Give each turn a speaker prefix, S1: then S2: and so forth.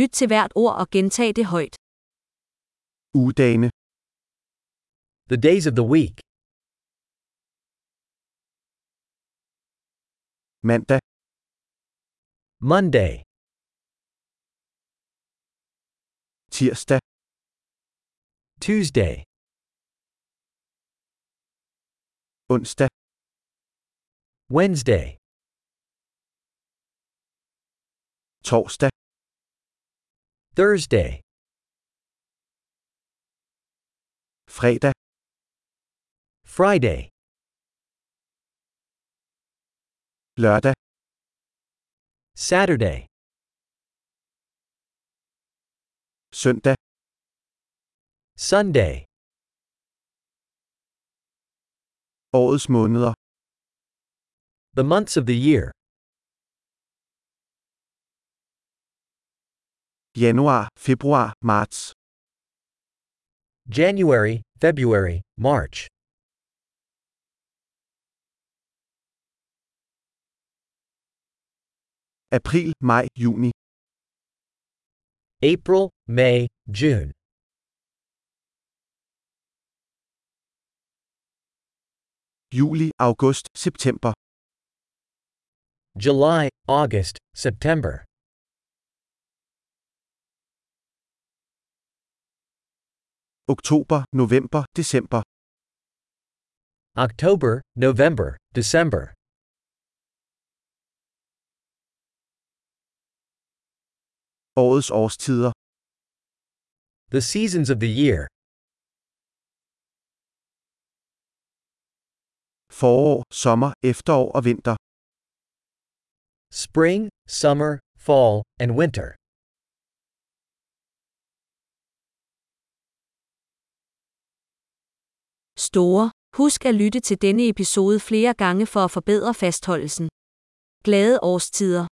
S1: Lyt til hvert ord og gentag det højt.
S2: Ugedagene,
S3: The days of the week
S2: mandag,
S3: Monday,
S2: tirsdag,
S3: Tuesday,
S2: onsdag,
S3: Wednesday,
S2: torsdag,
S3: Thursday,
S2: fredag,
S3: Friday,
S2: lørdag,
S3: Saturday,
S2: søndag,
S3: Sunday,
S2: årets måneder,
S3: the months of the year
S2: januar, februar, marts,
S3: January, February, March,
S2: april, maj, juni,
S3: April, May, June,
S2: juli, august, september,
S3: July, August, September,
S2: oktober, november, december,
S3: October, November, December,
S2: årets årstider,
S3: the seasons of the year
S2: forår, sommer, efterår og vinter,
S3: spring, summer, fall, and winter,
S1: Store. Husk at lytte til denne episode flere gange for at forbedre fastholdelsen. Glade årstider.